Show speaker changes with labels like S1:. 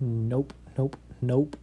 S1: Nope, nope, nope,